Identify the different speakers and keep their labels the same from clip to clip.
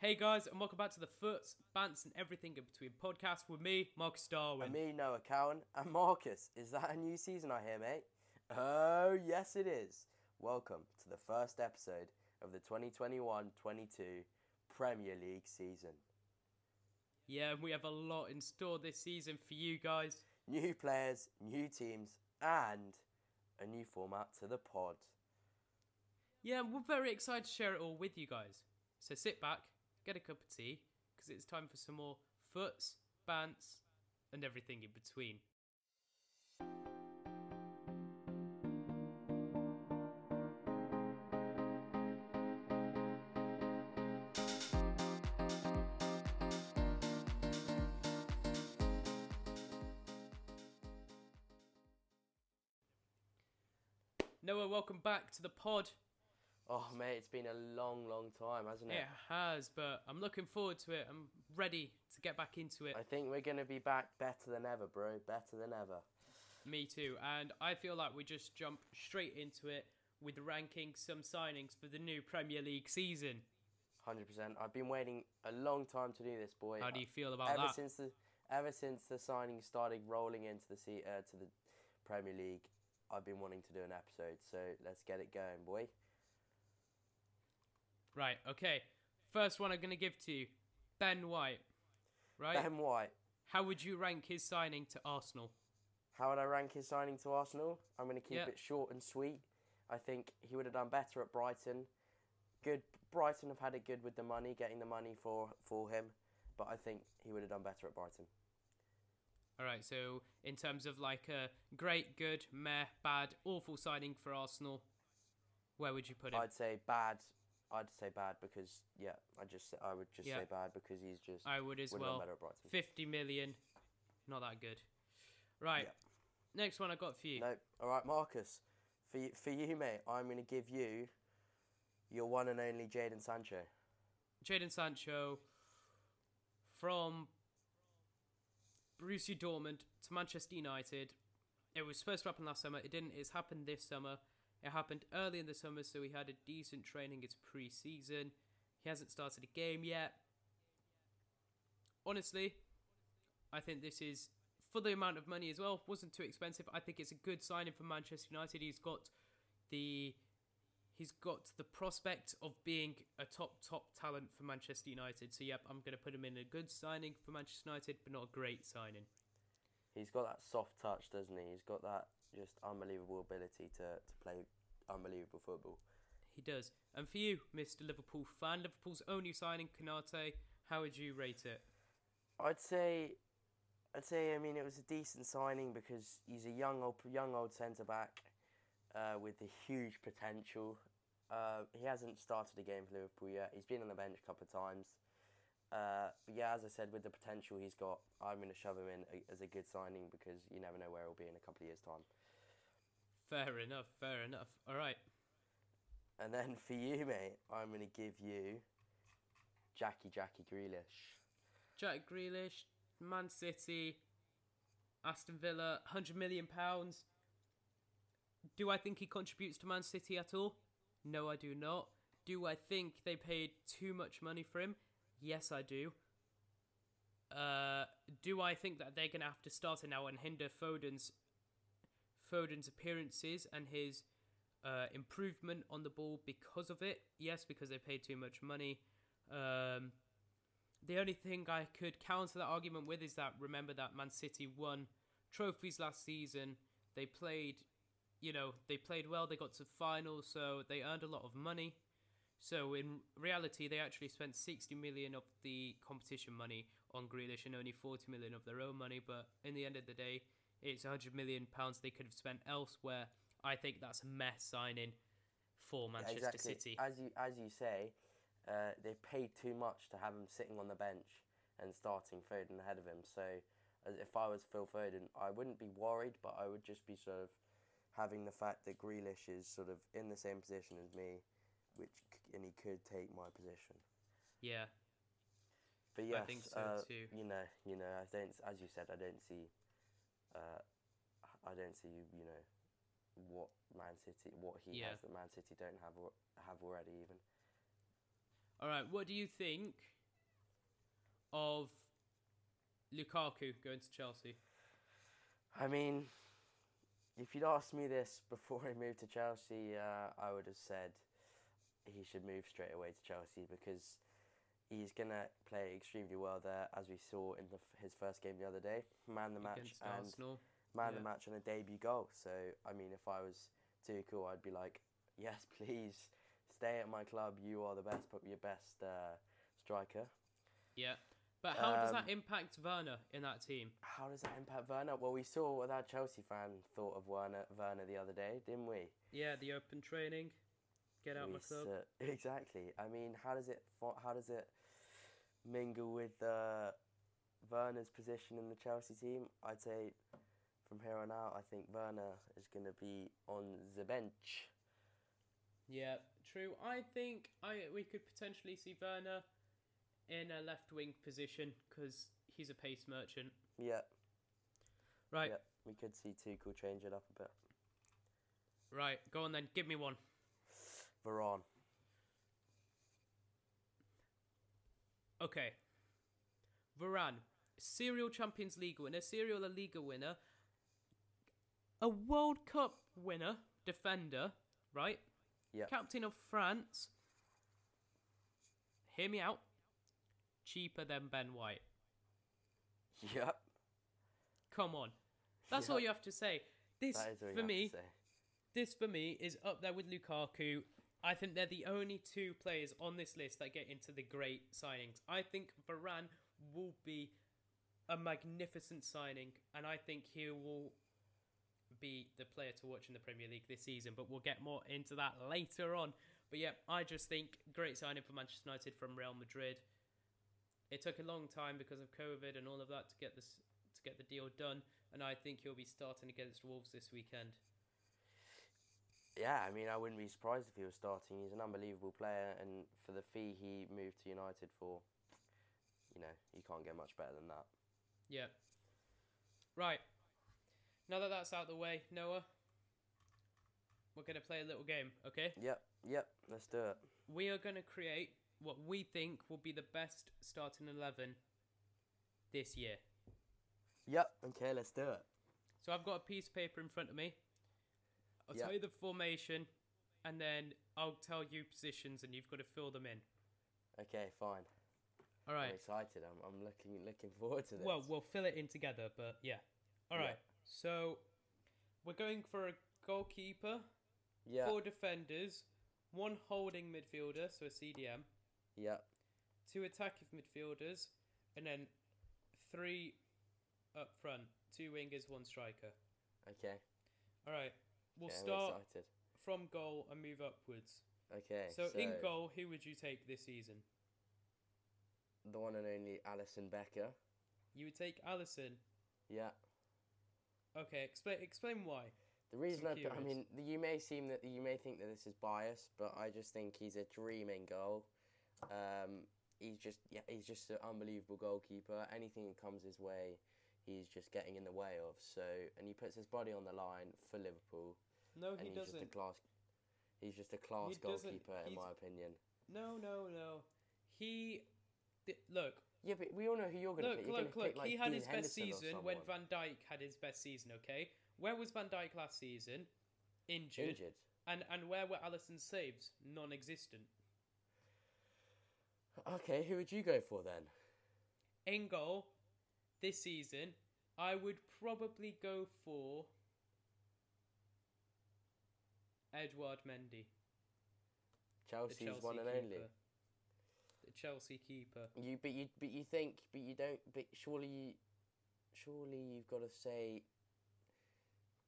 Speaker 1: Hey guys, and welcome back to the Foots, Bants, and Everything in Between podcast with me, Marcus Darwin.
Speaker 2: And me, Noah Cowan. And Marcus, is that a new season I hear, mate? Oh, yes, it is. Welcome to the first episode of the 2021 22 Premier League season.
Speaker 1: Yeah, and we have a lot in store this season for you guys.
Speaker 2: New players, new teams, and a new format to the pod.
Speaker 1: Yeah, and we're very excited to share it all with you guys. So sit back, get a cup of tea, because it's time for some more foots, bants, and everything in between. Noah, welcome back to the pod.
Speaker 2: Oh, mate, it's been a long, long time, hasn't it?
Speaker 1: It has, but I'm looking forward to it. I'm ready to get back into it.
Speaker 2: I think we're going to be back better than ever, bro. Better than ever.
Speaker 1: Me too. And I feel like we just jump straight into it with ranking some signings for the new Premier League season.
Speaker 2: 100%. I've been waiting a long time to do this, boy.
Speaker 1: How do you feel about
Speaker 2: ever
Speaker 1: that?
Speaker 2: since the ever since the signings started rolling into the se- uh, to the Premier League, I've been wanting to do an episode. So let's get it going, boy.
Speaker 1: right, okay. First one I'm going to give to you Ben White. Right?
Speaker 2: Ben White.
Speaker 1: How would you rank his signing to Arsenal?
Speaker 2: How would I rank his signing to Arsenal? I'm going to keep
Speaker 1: Yeah.
Speaker 2: it short and sweet. I think he would have done better at Brighton. Good. Brighton have had it good with the money, getting the money for for him, but I think he would have done better at Brighton.
Speaker 1: All right, so in terms of like a great, good, meh, bad, awful signing for Arsenal, where would you put him?
Speaker 2: I'd say bad. I'd say bad because yeah, I just I would just
Speaker 1: Yeah.
Speaker 2: say bad because he's just
Speaker 1: I would as
Speaker 2: would've done
Speaker 1: well.
Speaker 2: better at Brighton.
Speaker 1: 50 million. Not that good. Right.
Speaker 2: Yeah.
Speaker 1: Next one I got for you.
Speaker 2: No. All right, Marcus. For you, for you, mate, I'm going to give you your one and only Jaden Sancho.
Speaker 1: Jadon Sancho from Borussia Dortmund to Manchester United. It was supposed to happen last summer. It didn't. It's happened this summer. It happened early in the summer, so he had a decent training. It's pre-season. He hasn't started a game yet. Honestly, I think this is for the amount of money as well. wasn't too expensive. I think it's a good signing for Manchester United. He's got the he's got the prospect of being a top top talent for Manchester United. So yep, I'm going to put him in a good signing for Manchester United, but not a great signing.
Speaker 2: He's got that soft touch, doesn't he? He's got that just unbelievable ability to, to play unbelievable football.
Speaker 1: He does. And for you, Mr. Liverpool fan, Liverpool's only signing, Kanate, how would you rate it?
Speaker 2: I'd say, I'd say. I mean, it was a decent signing because he's a young old young old centre back uh, with a huge potential. Uh, he hasn't started a game for Liverpool yet. He's been on the bench a couple of times. Uh, but yeah, as I said, with the potential he's got, I'm going to shove him in a- as a good signing because you never know where he'll be in a couple of years' time.
Speaker 1: Fair enough. Fair enough. All right.
Speaker 2: And then for you, mate, I'm going to give you Jackie Jackie Grealish.
Speaker 1: Jack Grealish, Man City, Aston Villa, 100 million pounds. Do I think he contributes to Man City at all? No, I do not. Do I think they paid too much money for him? Yes, I do. Uh, do I think that they're going to have to start it now and hinder Foden's Foden's appearances and his uh, improvement on the ball because of it? Yes, because they paid too much money. Um, the only thing I could counter that argument with is that remember that Man City won trophies last season. They played, you know, they played well. They got to the final, so they earned a lot of money. So in reality, they actually spent 60 million of the competition money on Grealish and only 40 million of their own money. But in the end of the day, it's 100 million pounds they could have spent elsewhere. I think that's a mess signing for Manchester
Speaker 2: exactly.
Speaker 1: City.
Speaker 2: As you as you say, uh, they've paid too much to have him sitting on the bench and starting Foden ahead of him. So, as- if I was Phil Foden, I wouldn't be worried, but I would just be sort of having the fact that Grealish is sort of in the same position as me, which c- and he could take my position.
Speaker 1: yeah,
Speaker 2: But yes,
Speaker 1: think so
Speaker 2: uh,
Speaker 1: too.
Speaker 2: You know, you know, I don't. As you said, I don't see. Uh, I don't see you. You know, what Man City, what he
Speaker 1: Yeah.
Speaker 2: has that Man City don't have or, have already even.
Speaker 1: All right, what do you think of Lukaku going to Chelsea?
Speaker 2: I mean, if you'd asked me this before he moved to Chelsea, uh, I would have said he should move straight away to Chelsea because he's going to play extremely well there, as we saw in the, f- his first game the other day. Man the match
Speaker 1: Against
Speaker 2: and
Speaker 1: Arsenal.
Speaker 2: man the
Speaker 1: yeah.
Speaker 2: match and a debut goal. So, I mean, if I was Tuchel, I'd be like, yes, please stay at my club. You are the best, but your best uh, striker.
Speaker 1: Yeah. But how does
Speaker 2: Um,
Speaker 1: that impact Werner in that team?
Speaker 2: How does that impact Werner? Well, we saw what that Chelsea fan thought of Werner, Werner the other day, didn't we?
Speaker 1: Yeah, the open training. Get out
Speaker 2: We
Speaker 1: my club.
Speaker 2: sa- uh, exactly. I mean, how does it fo- how does it mingle with uh, Werner's position in the Chelsea team? I'd say from here on out, I think Werner is going to be on the bench.
Speaker 1: Yeah, true. I think I we could potentially see Werner in a left wing position because he's a pace merchant.
Speaker 2: Yeah,
Speaker 1: Right,
Speaker 2: Yeah. we could see Tuchel change it up a bit.
Speaker 1: right. Go on then. Give me one.
Speaker 2: Varane.
Speaker 1: Okay. Varane, serial Champions League winner, serial La Liga winner, a World Cup winner, defender, right?
Speaker 2: Yeah.
Speaker 1: Captain of France. Hear me out. Cheaper than Ben White.
Speaker 2: Yep.
Speaker 1: Come on. That's
Speaker 2: Yeah.
Speaker 1: all you have to say. This
Speaker 2: That is what you
Speaker 1: for
Speaker 2: have to
Speaker 1: me,
Speaker 2: say.
Speaker 1: this for me is up there with Lukaku. I think they're the only two players on this list that get into the great signings. I think Varane will be a magnificent signing, and I think he will be the player to watch in the Premier League this season. But we'll get more into that later on. But yeah, I just think great signing for Manchester United from Real Madrid. It took a long time because of COVID and all of that to get this to get the deal done, and I think he'll be starting against Wolves this weekend.
Speaker 2: Yeah, I mean, I wouldn't be surprised if he was starting. He's an unbelievable player, and for the fee he moved to United for, you know, you can't get much better than that.
Speaker 1: Yeah. Right. Now that that's out the way, Noah, we're going to play a little game, okay?
Speaker 2: Yep, yep, let's do it.
Speaker 1: We are going to create what we think will be the best starting 11 this year.
Speaker 2: Yep, okay, let's do it.
Speaker 1: So I've got a piece of paper in front of me. I'll
Speaker 2: Yeah.
Speaker 1: tell you the formation, and then I'll tell you positions, and you've got to fill them in.
Speaker 2: Okay, fine.
Speaker 1: All right.
Speaker 2: I'm excited. I'm, I'm looking looking forward to this.
Speaker 1: Well, we'll fill it in together, but yeah. All
Speaker 2: Yeah.
Speaker 1: right. So we're going for a goalkeeper.
Speaker 2: yeah,
Speaker 1: four defenders, one holding midfielder, so a CDM,
Speaker 2: yeah,
Speaker 1: two attacking midfielders, and then three up front, two wingers, one striker.
Speaker 2: okay.
Speaker 1: All right, we'll
Speaker 2: okay,
Speaker 1: start
Speaker 2: I'm excited.
Speaker 1: from goal and move upwards.
Speaker 2: Okay,
Speaker 1: So, in goal, who would you take this season?
Speaker 2: the one and only Alison Becker.
Speaker 1: You would take Allison.
Speaker 2: Yeah.
Speaker 1: Okay, explain explain why.
Speaker 2: The reason I,
Speaker 1: I'm
Speaker 2: put- I
Speaker 1: curious.
Speaker 2: mean, th- you may seem that you may think that this is biased, but I just think he's a dreaming goal. Um, he's just yeah, he's just an unbelievable goalkeeper. Anything that comes his way, he's just getting in the way of. So, and he puts his body on the line for Liverpool,
Speaker 1: No,
Speaker 2: and
Speaker 1: he
Speaker 2: he's just a
Speaker 1: doesn't.
Speaker 2: class. He's just a class
Speaker 1: doesn't.
Speaker 2: goalkeeper, in
Speaker 1: He's-
Speaker 2: my opinion.
Speaker 1: No, no, no. He di- look,
Speaker 2: Yeah, but we all know who you're going to
Speaker 1: Look,
Speaker 2: pick. You're
Speaker 1: look,
Speaker 2: gonna
Speaker 1: look.
Speaker 2: pick, like,
Speaker 1: he had
Speaker 2: Dean
Speaker 1: his best
Speaker 2: Henderson or
Speaker 1: season when
Speaker 2: someone.
Speaker 1: Van Dijk had his best season, okay? Where was Van Dijk last season? Injured.
Speaker 2: injured.
Speaker 1: And and where were Allison's saves? Non existent.
Speaker 2: Okay, who would you go for then?
Speaker 1: In goal this season, I would probably go for Edouard Mendy, the
Speaker 2: Chelsea's
Speaker 1: Chelsea
Speaker 2: one and
Speaker 1: keeper.
Speaker 2: only.
Speaker 1: The Chelsea keeper.
Speaker 2: You but you but you think but you don't but surely you, surely you've got to say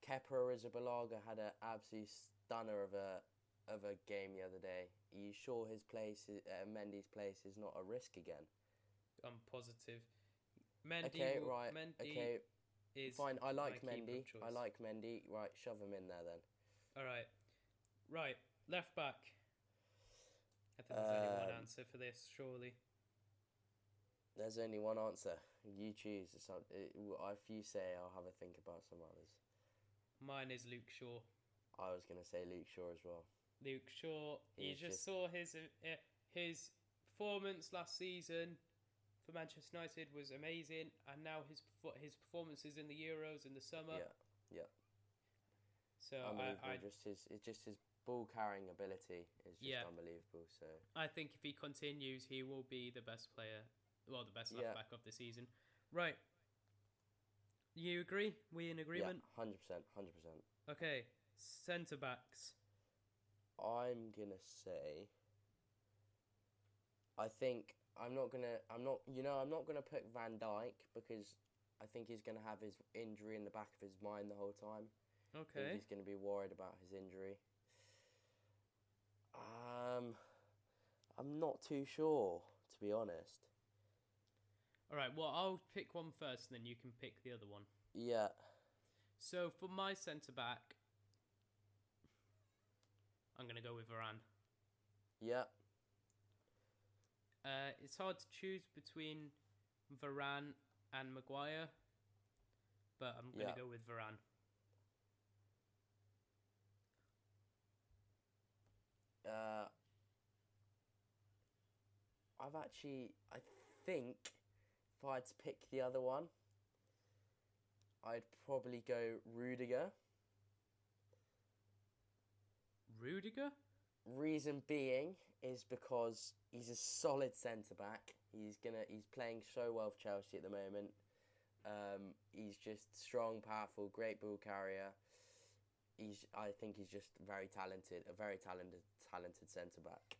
Speaker 2: Kepa Arrizabalaga had an absolute stunner of a of a game the other day. Are you sure his place is, uh, Mendy's place is not a risk again?
Speaker 1: I'm positive. Mendy,
Speaker 2: okay,
Speaker 1: will-
Speaker 2: right.
Speaker 1: Mendy
Speaker 2: okay,
Speaker 1: is
Speaker 2: fine. I like
Speaker 1: my keeper
Speaker 2: Mendy.
Speaker 1: of choice.
Speaker 2: I like Mendy. Right, shove him in there then.
Speaker 1: All right, right, left back. I think there's only one
Speaker 2: Um,
Speaker 1: answer for this, surely.
Speaker 2: There's only one answer. You choose. It's not- it- If you say, I'll have a think about some others.
Speaker 1: Mine is Luke Shaw.
Speaker 2: I was gonna say Luke Shaw as well.
Speaker 1: Luke Shaw. You
Speaker 2: He's
Speaker 1: just
Speaker 2: just-
Speaker 1: saw eh, his uh, uh, his performance last season for Manchester United was amazing, and now his perfor- his performances in the Euros in the summer.
Speaker 2: Yeah, yeah.
Speaker 1: So
Speaker 2: unbelievable.
Speaker 1: I, I
Speaker 2: just his, it's just his ball carrying ability is just
Speaker 1: Yeah.
Speaker 2: unbelievable. So
Speaker 1: I think if he continues, he will be the best player, well, the best
Speaker 2: Yeah.
Speaker 1: left back of the season. Right. You agree? We in agreement?
Speaker 2: yeah, hundred percent, hundred percent.
Speaker 1: Okay. Centre backs.
Speaker 2: I'm gonna say. I think I'm not gonna. I'm not. You know, I'm not gonna put Van Dyke because I think he's gonna have his injury in the back of his mind the whole time. I think
Speaker 1: Okay.
Speaker 2: he's gonna be worried about his injury. Um, I'm not too sure to be honest.
Speaker 1: All right. Well, I'll pick one first, and then you can pick the other one.
Speaker 2: Yeah.
Speaker 1: So for my centre back, I'm gonna go with Varane.
Speaker 2: Yeah.
Speaker 1: Uh, it's hard to choose between Varane and Maguire, but I'm gonna
Speaker 2: Yeah.
Speaker 1: go with Varane.
Speaker 2: Uh, I've actually, I think, if I had to pick the other one, I'd probably go Rudiger.
Speaker 1: Rudiger.
Speaker 2: Reason being is because he's a solid centre back. He's gonna, he's playing so well for Chelsea at the moment. Um, he's just strong, powerful, great ball carrier. He's, I think, he's just very talented, a very talented, talented centre back.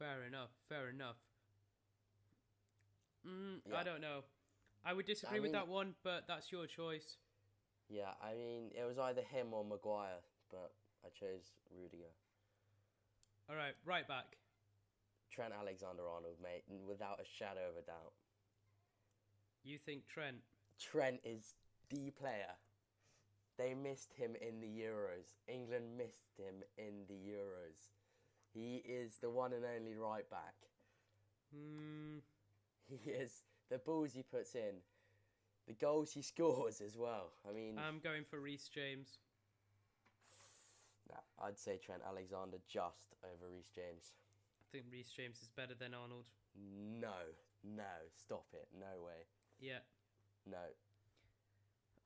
Speaker 1: Fair enough. Fair enough. Mm, I
Speaker 2: Yeah.
Speaker 1: don't know. I would disagree with
Speaker 2: mean-
Speaker 1: that one, but that's your choice.
Speaker 2: Yeah, I mean, it was either him or Maguire, but I chose Rudiger.
Speaker 1: All right, right back.
Speaker 2: Trent Alexander Arnold, mate, n- without a shadow of a doubt.
Speaker 1: You think Trent?
Speaker 2: Trent is the player. They missed him in the Euros. England missed him in the Euros. He is the one and only right back.
Speaker 1: Mm,
Speaker 2: He is the balls he puts in, the goals he scores as well. I mean,
Speaker 1: I'm going for Reece James.
Speaker 2: nah, I'd say Trent Alexander just over Reece James.
Speaker 1: I think Reece James is better than Arnold.
Speaker 2: No, no, stop it. No way.
Speaker 1: Yeah.
Speaker 2: No,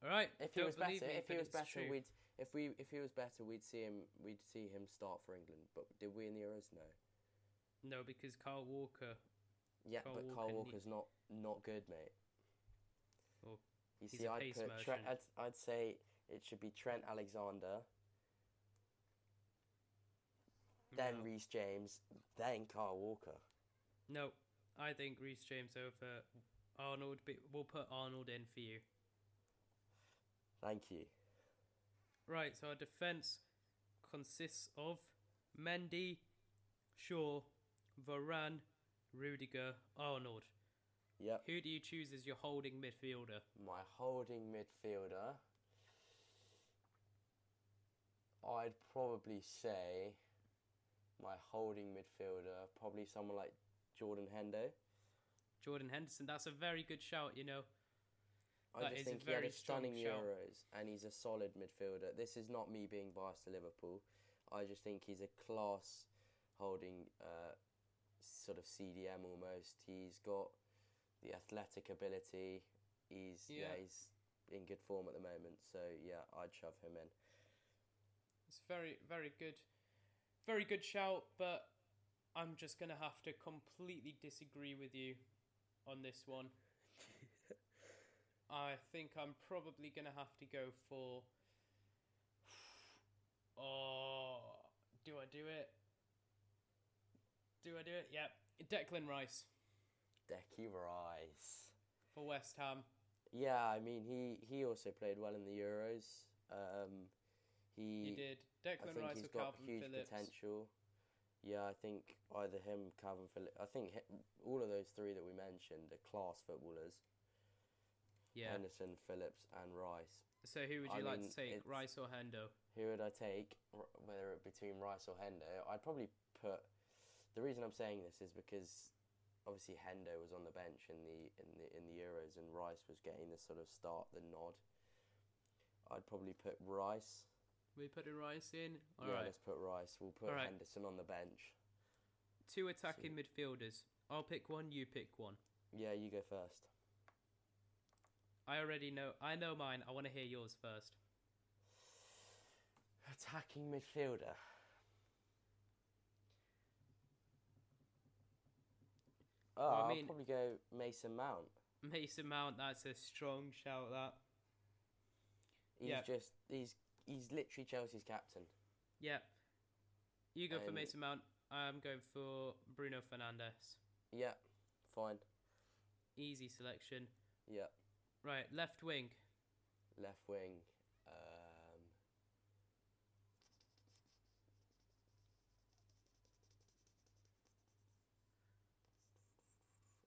Speaker 1: All right.
Speaker 2: If he
Speaker 1: don't
Speaker 2: was better,
Speaker 1: believe me,
Speaker 2: if he
Speaker 1: but
Speaker 2: was
Speaker 1: it's
Speaker 2: better,
Speaker 1: true.
Speaker 2: we'd if we if he was better, we'd see him we'd see him start for England. But did we in the Euros? No.
Speaker 1: no, because Carl Walker.
Speaker 2: Yeah,
Speaker 1: Kyle
Speaker 2: but
Speaker 1: Walker
Speaker 2: Carl
Speaker 1: need-
Speaker 2: Walker's not not good, mate.
Speaker 1: Oh,
Speaker 2: you
Speaker 1: he's
Speaker 2: see,
Speaker 1: a
Speaker 2: I'd
Speaker 1: pace
Speaker 2: put Trent,
Speaker 1: merchant.
Speaker 2: I'd, I'd say it should be Trent Alexander, then
Speaker 1: no.
Speaker 2: Reece James, then Carl Walker.
Speaker 1: no, I think Reece James over Arnold. But we'll put Arnold in for you.
Speaker 2: Thank you.
Speaker 1: Right. So our defense consists of Mendy, Shaw, Varane, Rudiger, Arnold.
Speaker 2: Yep,
Speaker 1: Who do you choose as your holding midfielder?
Speaker 2: my holding midfielder. I'd probably say my holding midfielder, probably someone like Jordan Hendo.
Speaker 1: Jordan Henderson. That's a very good shout. You know.
Speaker 2: I
Speaker 1: That
Speaker 2: just
Speaker 1: is a
Speaker 2: think he had
Speaker 1: very
Speaker 2: a
Speaker 1: strong
Speaker 2: stunning
Speaker 1: shout.
Speaker 2: Euros, and he's a solid midfielder. This is not me being biased to Liverpool. I just think he's a class holding uh, sort of CDM almost. He's got the athletic ability. He's yeah.
Speaker 1: Yeah.
Speaker 2: he's in good form at the moment. So yeah, I'd shove him in.
Speaker 1: It's very, very good. Very good shout, but I'm just going to have to completely disagree with you on this one. I think I'm probably going to have to go for. Oh, do I do it? Do I do it? Yeah. Declan Rice
Speaker 2: Decky Rice.
Speaker 1: for West Ham.
Speaker 2: Yeah, I mean he he also played well in the Euros. Um,
Speaker 1: He, did.
Speaker 2: I
Speaker 1: Declan
Speaker 2: think
Speaker 1: Rice
Speaker 2: he's
Speaker 1: or
Speaker 2: got
Speaker 1: Calvin
Speaker 2: huge
Speaker 1: Phillips.
Speaker 2: potential. Yeah, I think either him, Calvin Phillips. I think hi- all of those three that we mentioned are class footballers:
Speaker 1: Yeah.
Speaker 2: Henderson, Phillips, and Rice.
Speaker 1: So who would
Speaker 2: I
Speaker 1: you like
Speaker 2: mean,
Speaker 1: to take,
Speaker 2: it's-
Speaker 1: Rice or Hendo?
Speaker 2: Who would I take, r- whether it between Rice or Hendo? I'd probably put. The reason I'm saying this is because obviously Hendo was on the bench in the in the in the Euros, and Rice was getting the sort of start, the nod. I'd probably put Rice.
Speaker 1: We putting Rice in. All
Speaker 2: yeah,
Speaker 1: right.
Speaker 2: let's put Rice. We'll put
Speaker 1: All right.
Speaker 2: Henderson on the bench.
Speaker 1: Two attacking midfielders. I'll pick one. You pick one.
Speaker 2: Yeah, you go first.
Speaker 1: I already know. I know mine. I want to hear yours first.
Speaker 2: Attacking midfielder. Oh,
Speaker 1: I
Speaker 2: I
Speaker 1: mean-
Speaker 2: will probably go Mason Mount.
Speaker 1: Mason Mount. That's a strong shout. That.
Speaker 2: He's
Speaker 1: Yeah.
Speaker 2: just he's he's literally Chelsea's captain.
Speaker 1: Yeah. You go for
Speaker 2: Um,
Speaker 1: Mason Mount. I'm going for Bruno Fernandez.
Speaker 2: Yeah, fine.
Speaker 1: Easy selection.
Speaker 2: Yeah,
Speaker 1: Right, left wing.
Speaker 2: left wing. Um,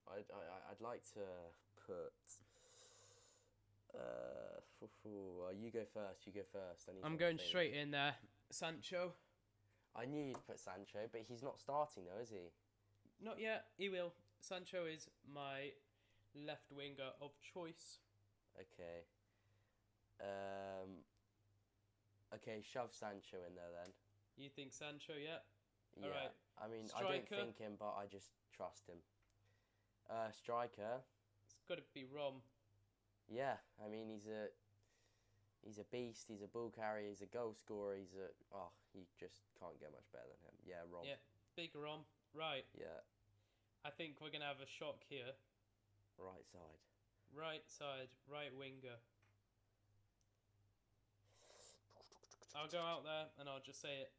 Speaker 2: I I I'd like to put. Uh, foo- foo, uh, you go first. You go first. I need to
Speaker 1: I'm
Speaker 2: have a
Speaker 1: going
Speaker 2: think.
Speaker 1: straight in there. Sancho.
Speaker 2: I knew you'd put Sancho, but he's not starting though, is he?
Speaker 1: Not yet. He will. Sancho is my left winger of choice.
Speaker 2: Okay. Um. Okay, shove Sancho in there then.
Speaker 1: You think Sancho? Yeah.
Speaker 2: Yeah.
Speaker 1: All right.
Speaker 2: I mean, I don't
Speaker 1: Striker.
Speaker 2: think him, but I just trust him. Uh, striker.
Speaker 1: It's got to be Rom.
Speaker 2: Yeah, I mean he's a he's a beast. He's a ball carrier. He's a goal scorer. He's a oh, you just can't get much better than him. Yeah, Rob.
Speaker 1: Yeah. Big Rom. Right.
Speaker 2: Yeah,
Speaker 1: I think we're gonna have a shock here.
Speaker 2: right side.
Speaker 1: Right side, right winger. I'll go out there and I'll just say it.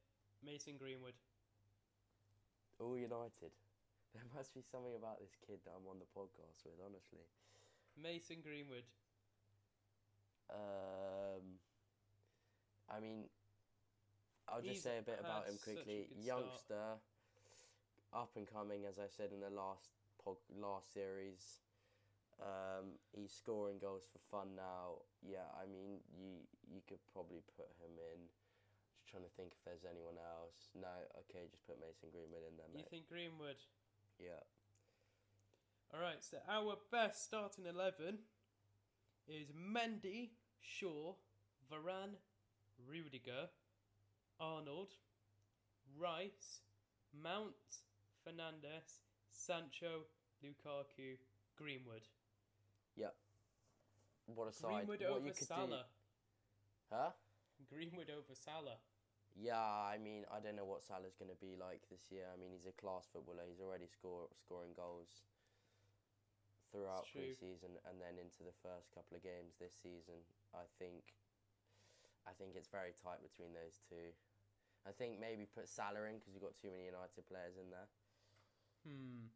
Speaker 1: Mason Greenwood.
Speaker 2: All United. There must be something about this kid that I'm on the podcast with. Honestly.
Speaker 1: Mason Greenwood.
Speaker 2: Um, I mean, I'll
Speaker 1: He's
Speaker 2: just say a bit about
Speaker 1: had
Speaker 2: him
Speaker 1: such a
Speaker 2: quickly.
Speaker 1: good start.
Speaker 2: Youngster, up and coming, as I said in the last pod, last series. Um, he's scoring goals for fun now. Yeah, I mean, you you could probably put him in. Just trying to think if there's anyone else. No, okay, just put Mason Greenwood in there,
Speaker 1: You
Speaker 2: mate.
Speaker 1: think Greenwood?
Speaker 2: yeah,
Speaker 1: All right, so our best starting 11 is Mendy, Shaw, Varane, Rudiger, Arnold, Rice, Mount, Fernandez, Sancho, Lukaku, Greenwood.
Speaker 2: what a side.
Speaker 1: Greenwood
Speaker 2: what
Speaker 1: over
Speaker 2: you could
Speaker 1: Salah.
Speaker 2: do, huh?
Speaker 1: Greenwood over Salah.
Speaker 2: Yeah, I mean, I don't know what Salah's going to be like this year. I mean, he's a class footballer. He's already score, scoring goals throughout
Speaker 1: true.
Speaker 2: pre-season and then into the first couple of games this season. I think I think it's very tight between those two. I think maybe put Salah in because we've got too many United players in there.
Speaker 1: Hmm.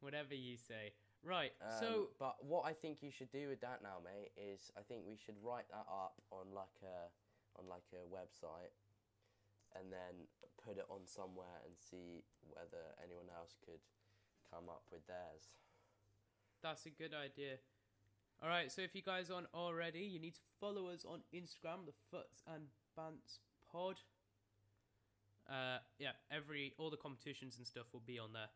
Speaker 1: Whatever you say. Right,
Speaker 2: Um,
Speaker 1: so
Speaker 2: but what I think you should do with that now, mate, is I think we should write that up on like a on like a website, and then put it on somewhere and see whether anyone else could come up with theirs.
Speaker 1: That's a good idea. All right, so if you guys aren't already, you need to follow us on Instagram, the Foots and Bants Pod. Uh, yeah, every all the competitions and stuff will be on there.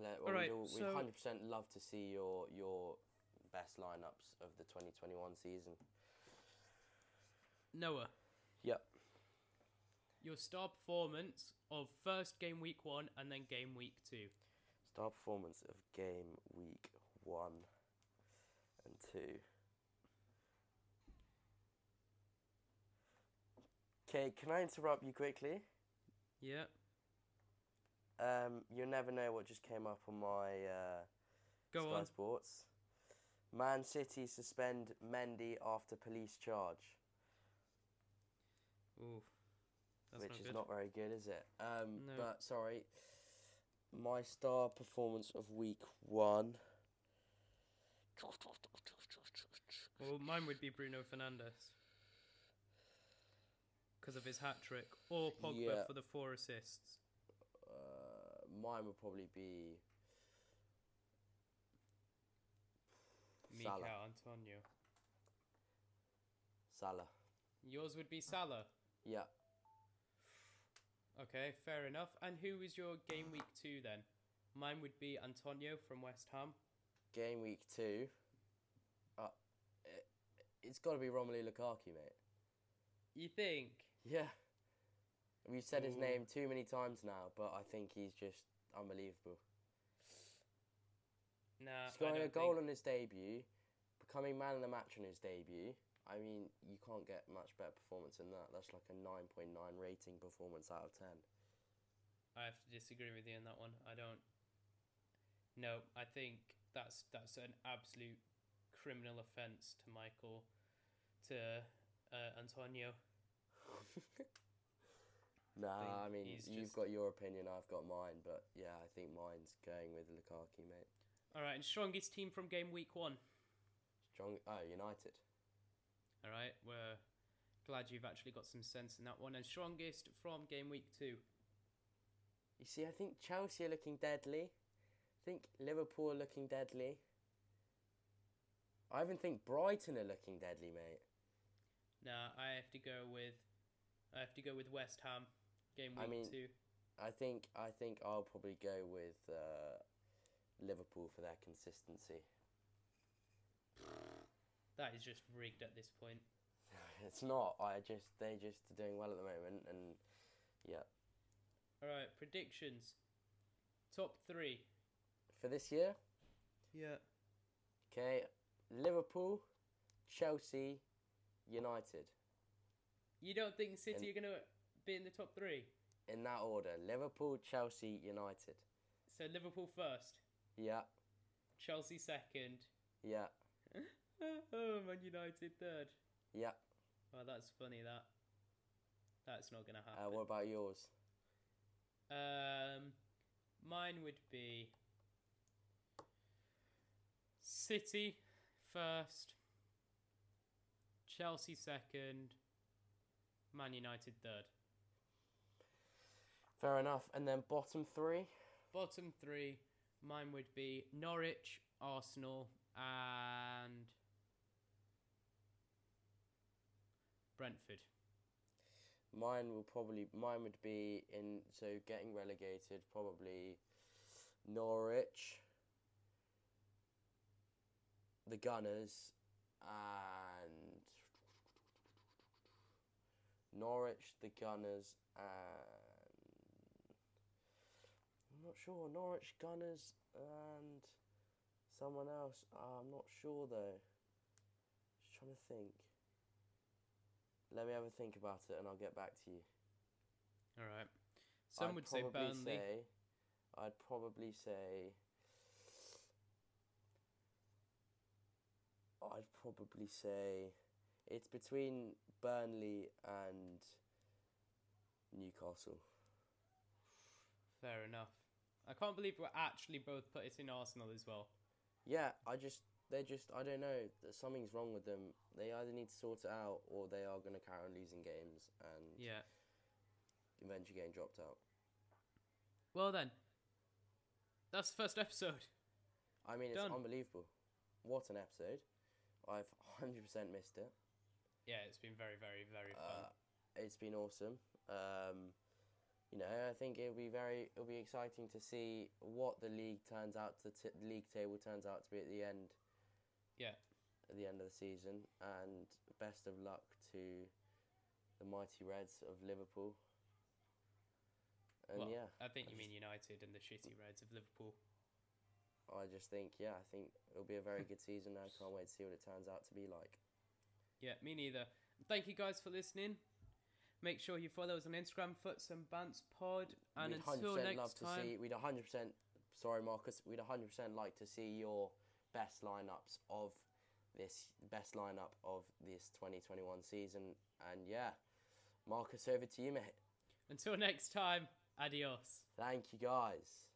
Speaker 2: Let-
Speaker 1: All right,
Speaker 2: we'd all,
Speaker 1: so-
Speaker 2: we'd hundred percent love to see your your best lineups of the twenty twenty one season.
Speaker 1: Noah.
Speaker 2: Yep.
Speaker 1: Your star performance of first game week one and then game week two.
Speaker 2: Star performance of game week one and two. Okay, can I interrupt you quickly?
Speaker 1: Yeah.
Speaker 2: Um, you'll never know what just came up on my uh,
Speaker 1: Go
Speaker 2: Sky
Speaker 1: on.
Speaker 2: Sports. Man City suspend Mendy after police charge,
Speaker 1: Oof. That's
Speaker 2: which
Speaker 1: not
Speaker 2: is
Speaker 1: good.
Speaker 2: not very good, is it? Um,
Speaker 1: No.
Speaker 2: But sorry, my star performance of week one.
Speaker 1: Well, mine would be Bruno Fernandes because of his hat trick, or Pogba
Speaker 2: Yeah.
Speaker 1: for the four assists.
Speaker 2: uh, mine would probably be
Speaker 1: Mika
Speaker 2: Salah.
Speaker 1: Antonio.
Speaker 2: Salah.
Speaker 1: Yours would be Salah.
Speaker 2: Yeah.
Speaker 1: Okay, fair enough. And who was your game week two then? Mine would be Antonio from West Ham.
Speaker 2: Game week two. Uh, it, it's got to be Romelu Lukaku, mate.
Speaker 1: You think?
Speaker 2: Yeah. We've said his
Speaker 1: Mm.
Speaker 2: name too many times now, but I think he's just unbelievable.
Speaker 1: Nah,
Speaker 2: Scoring
Speaker 1: Uh, I
Speaker 2: a
Speaker 1: don't
Speaker 2: goal
Speaker 1: Think...
Speaker 2: on his debut, becoming man of the match on his debut. I mean, you can't get much better performance than that. That's like a 9.9 rating performance out of 10.
Speaker 1: I have to disagree with you on that one. I don't. No, I think that's that's an absolute criminal offence to Michael, to uh, Antonio.
Speaker 2: nah, I
Speaker 1: think
Speaker 2: mean,
Speaker 1: he's
Speaker 2: you've
Speaker 1: just-
Speaker 2: got your opinion, I've got mine, but yeah, I think mine's going with Lukaku, mate.
Speaker 1: All right, and strongest team from game week one.
Speaker 2: Strong. Oh, United.
Speaker 1: All right, we're glad you've actually got some sense in that one. And strongest from game week two.
Speaker 2: You see, I think Chelsea are looking deadly. I think Liverpool are looking deadly. I even think Brighton are looking deadly, mate.
Speaker 1: Nah, I have to go with, I have to go with West Ham. Game
Speaker 2: I
Speaker 1: week
Speaker 2: mean-
Speaker 1: two.
Speaker 2: I think I think I'll probably go with uh, Liverpool for their consistency.
Speaker 1: That is just rigged at this point.
Speaker 2: it's not. I just they just are doing well at the moment, and
Speaker 1: All right, predictions. Top three.
Speaker 2: for this year,
Speaker 1: Yeah.
Speaker 2: okay, Liverpool, Chelsea, United
Speaker 1: You don't think City
Speaker 2: And-
Speaker 1: are going to be in the top three?
Speaker 2: in that order: Liverpool, Chelsea, United.
Speaker 1: So Liverpool first,
Speaker 2: Yeah,
Speaker 1: Chelsea second,
Speaker 2: yeah,
Speaker 1: oh, Man United third.
Speaker 2: yeah.
Speaker 1: Well, that's funny. That that's not going to
Speaker 2: Uh,
Speaker 1: happen.
Speaker 2: what about yours?
Speaker 1: Um, mine would be City first, Chelsea second, Man United third.
Speaker 2: Fair enough. And then bottom three.
Speaker 1: Bottom three, mine would be Norwich, Arsenal, and Brentford.
Speaker 2: Mine will probably mine would be in so getting relegated probably Norwich, the Gunners, and Norwich, the Gunners, and I'm not sure Norwich Gunners and someone else. Uh, I'm not sure though. Just trying to think. Let me have a think about it, and I'll get back to you.
Speaker 1: All right. Some
Speaker 2: I'd
Speaker 1: would say
Speaker 2: probably
Speaker 1: Burnley.
Speaker 2: say- I'd probably say. I'd probably say it's between Burnley and Newcastle.
Speaker 1: Fair enough. I can't believe we're actually both putting in Arsenal as well.
Speaker 2: Yeah, I just they're just I don't know that something's wrong with them. They either need to sort it out or they are going to carry on losing games and
Speaker 1: Yeah.
Speaker 2: eventually getting dropped out.
Speaker 1: Well then, that's the first episode.
Speaker 2: I mean, it's
Speaker 1: Done.
Speaker 2: unbelievable. What an episode! I've hundred percent missed it.
Speaker 1: Yeah, it's been very, very, very fun.
Speaker 2: Uh, it's been awesome. Um, you know, I think it'll be very, it'll be exciting to see what the league turns out, to t- league table turns out to be at the end.
Speaker 1: Yeah.
Speaker 2: At the end of the season, and best of luck to the mighty Reds of Liverpool. And
Speaker 1: Well,
Speaker 2: yeah,
Speaker 1: I think
Speaker 2: I
Speaker 1: you
Speaker 2: just-
Speaker 1: mean United and the shitty Reds of Liverpool.
Speaker 2: I just think, yeah, I think it'll be a very good season. I can't wait to see what it turns out to be like.
Speaker 1: Yeah, me neither. Thank you guys for listening. Make sure you follow us on Instagram, Foots and Bants Pod. And
Speaker 2: we'd
Speaker 1: until
Speaker 2: 100%
Speaker 1: next
Speaker 2: love to
Speaker 1: time,
Speaker 2: see. We'd 100%. Sorry, Marcus. We'd 100% like to see your best lineups of this best lineup of this 2021 season. And yeah, Marcus, over to you, mate.
Speaker 1: until next time, adios.
Speaker 2: Thank you, guys.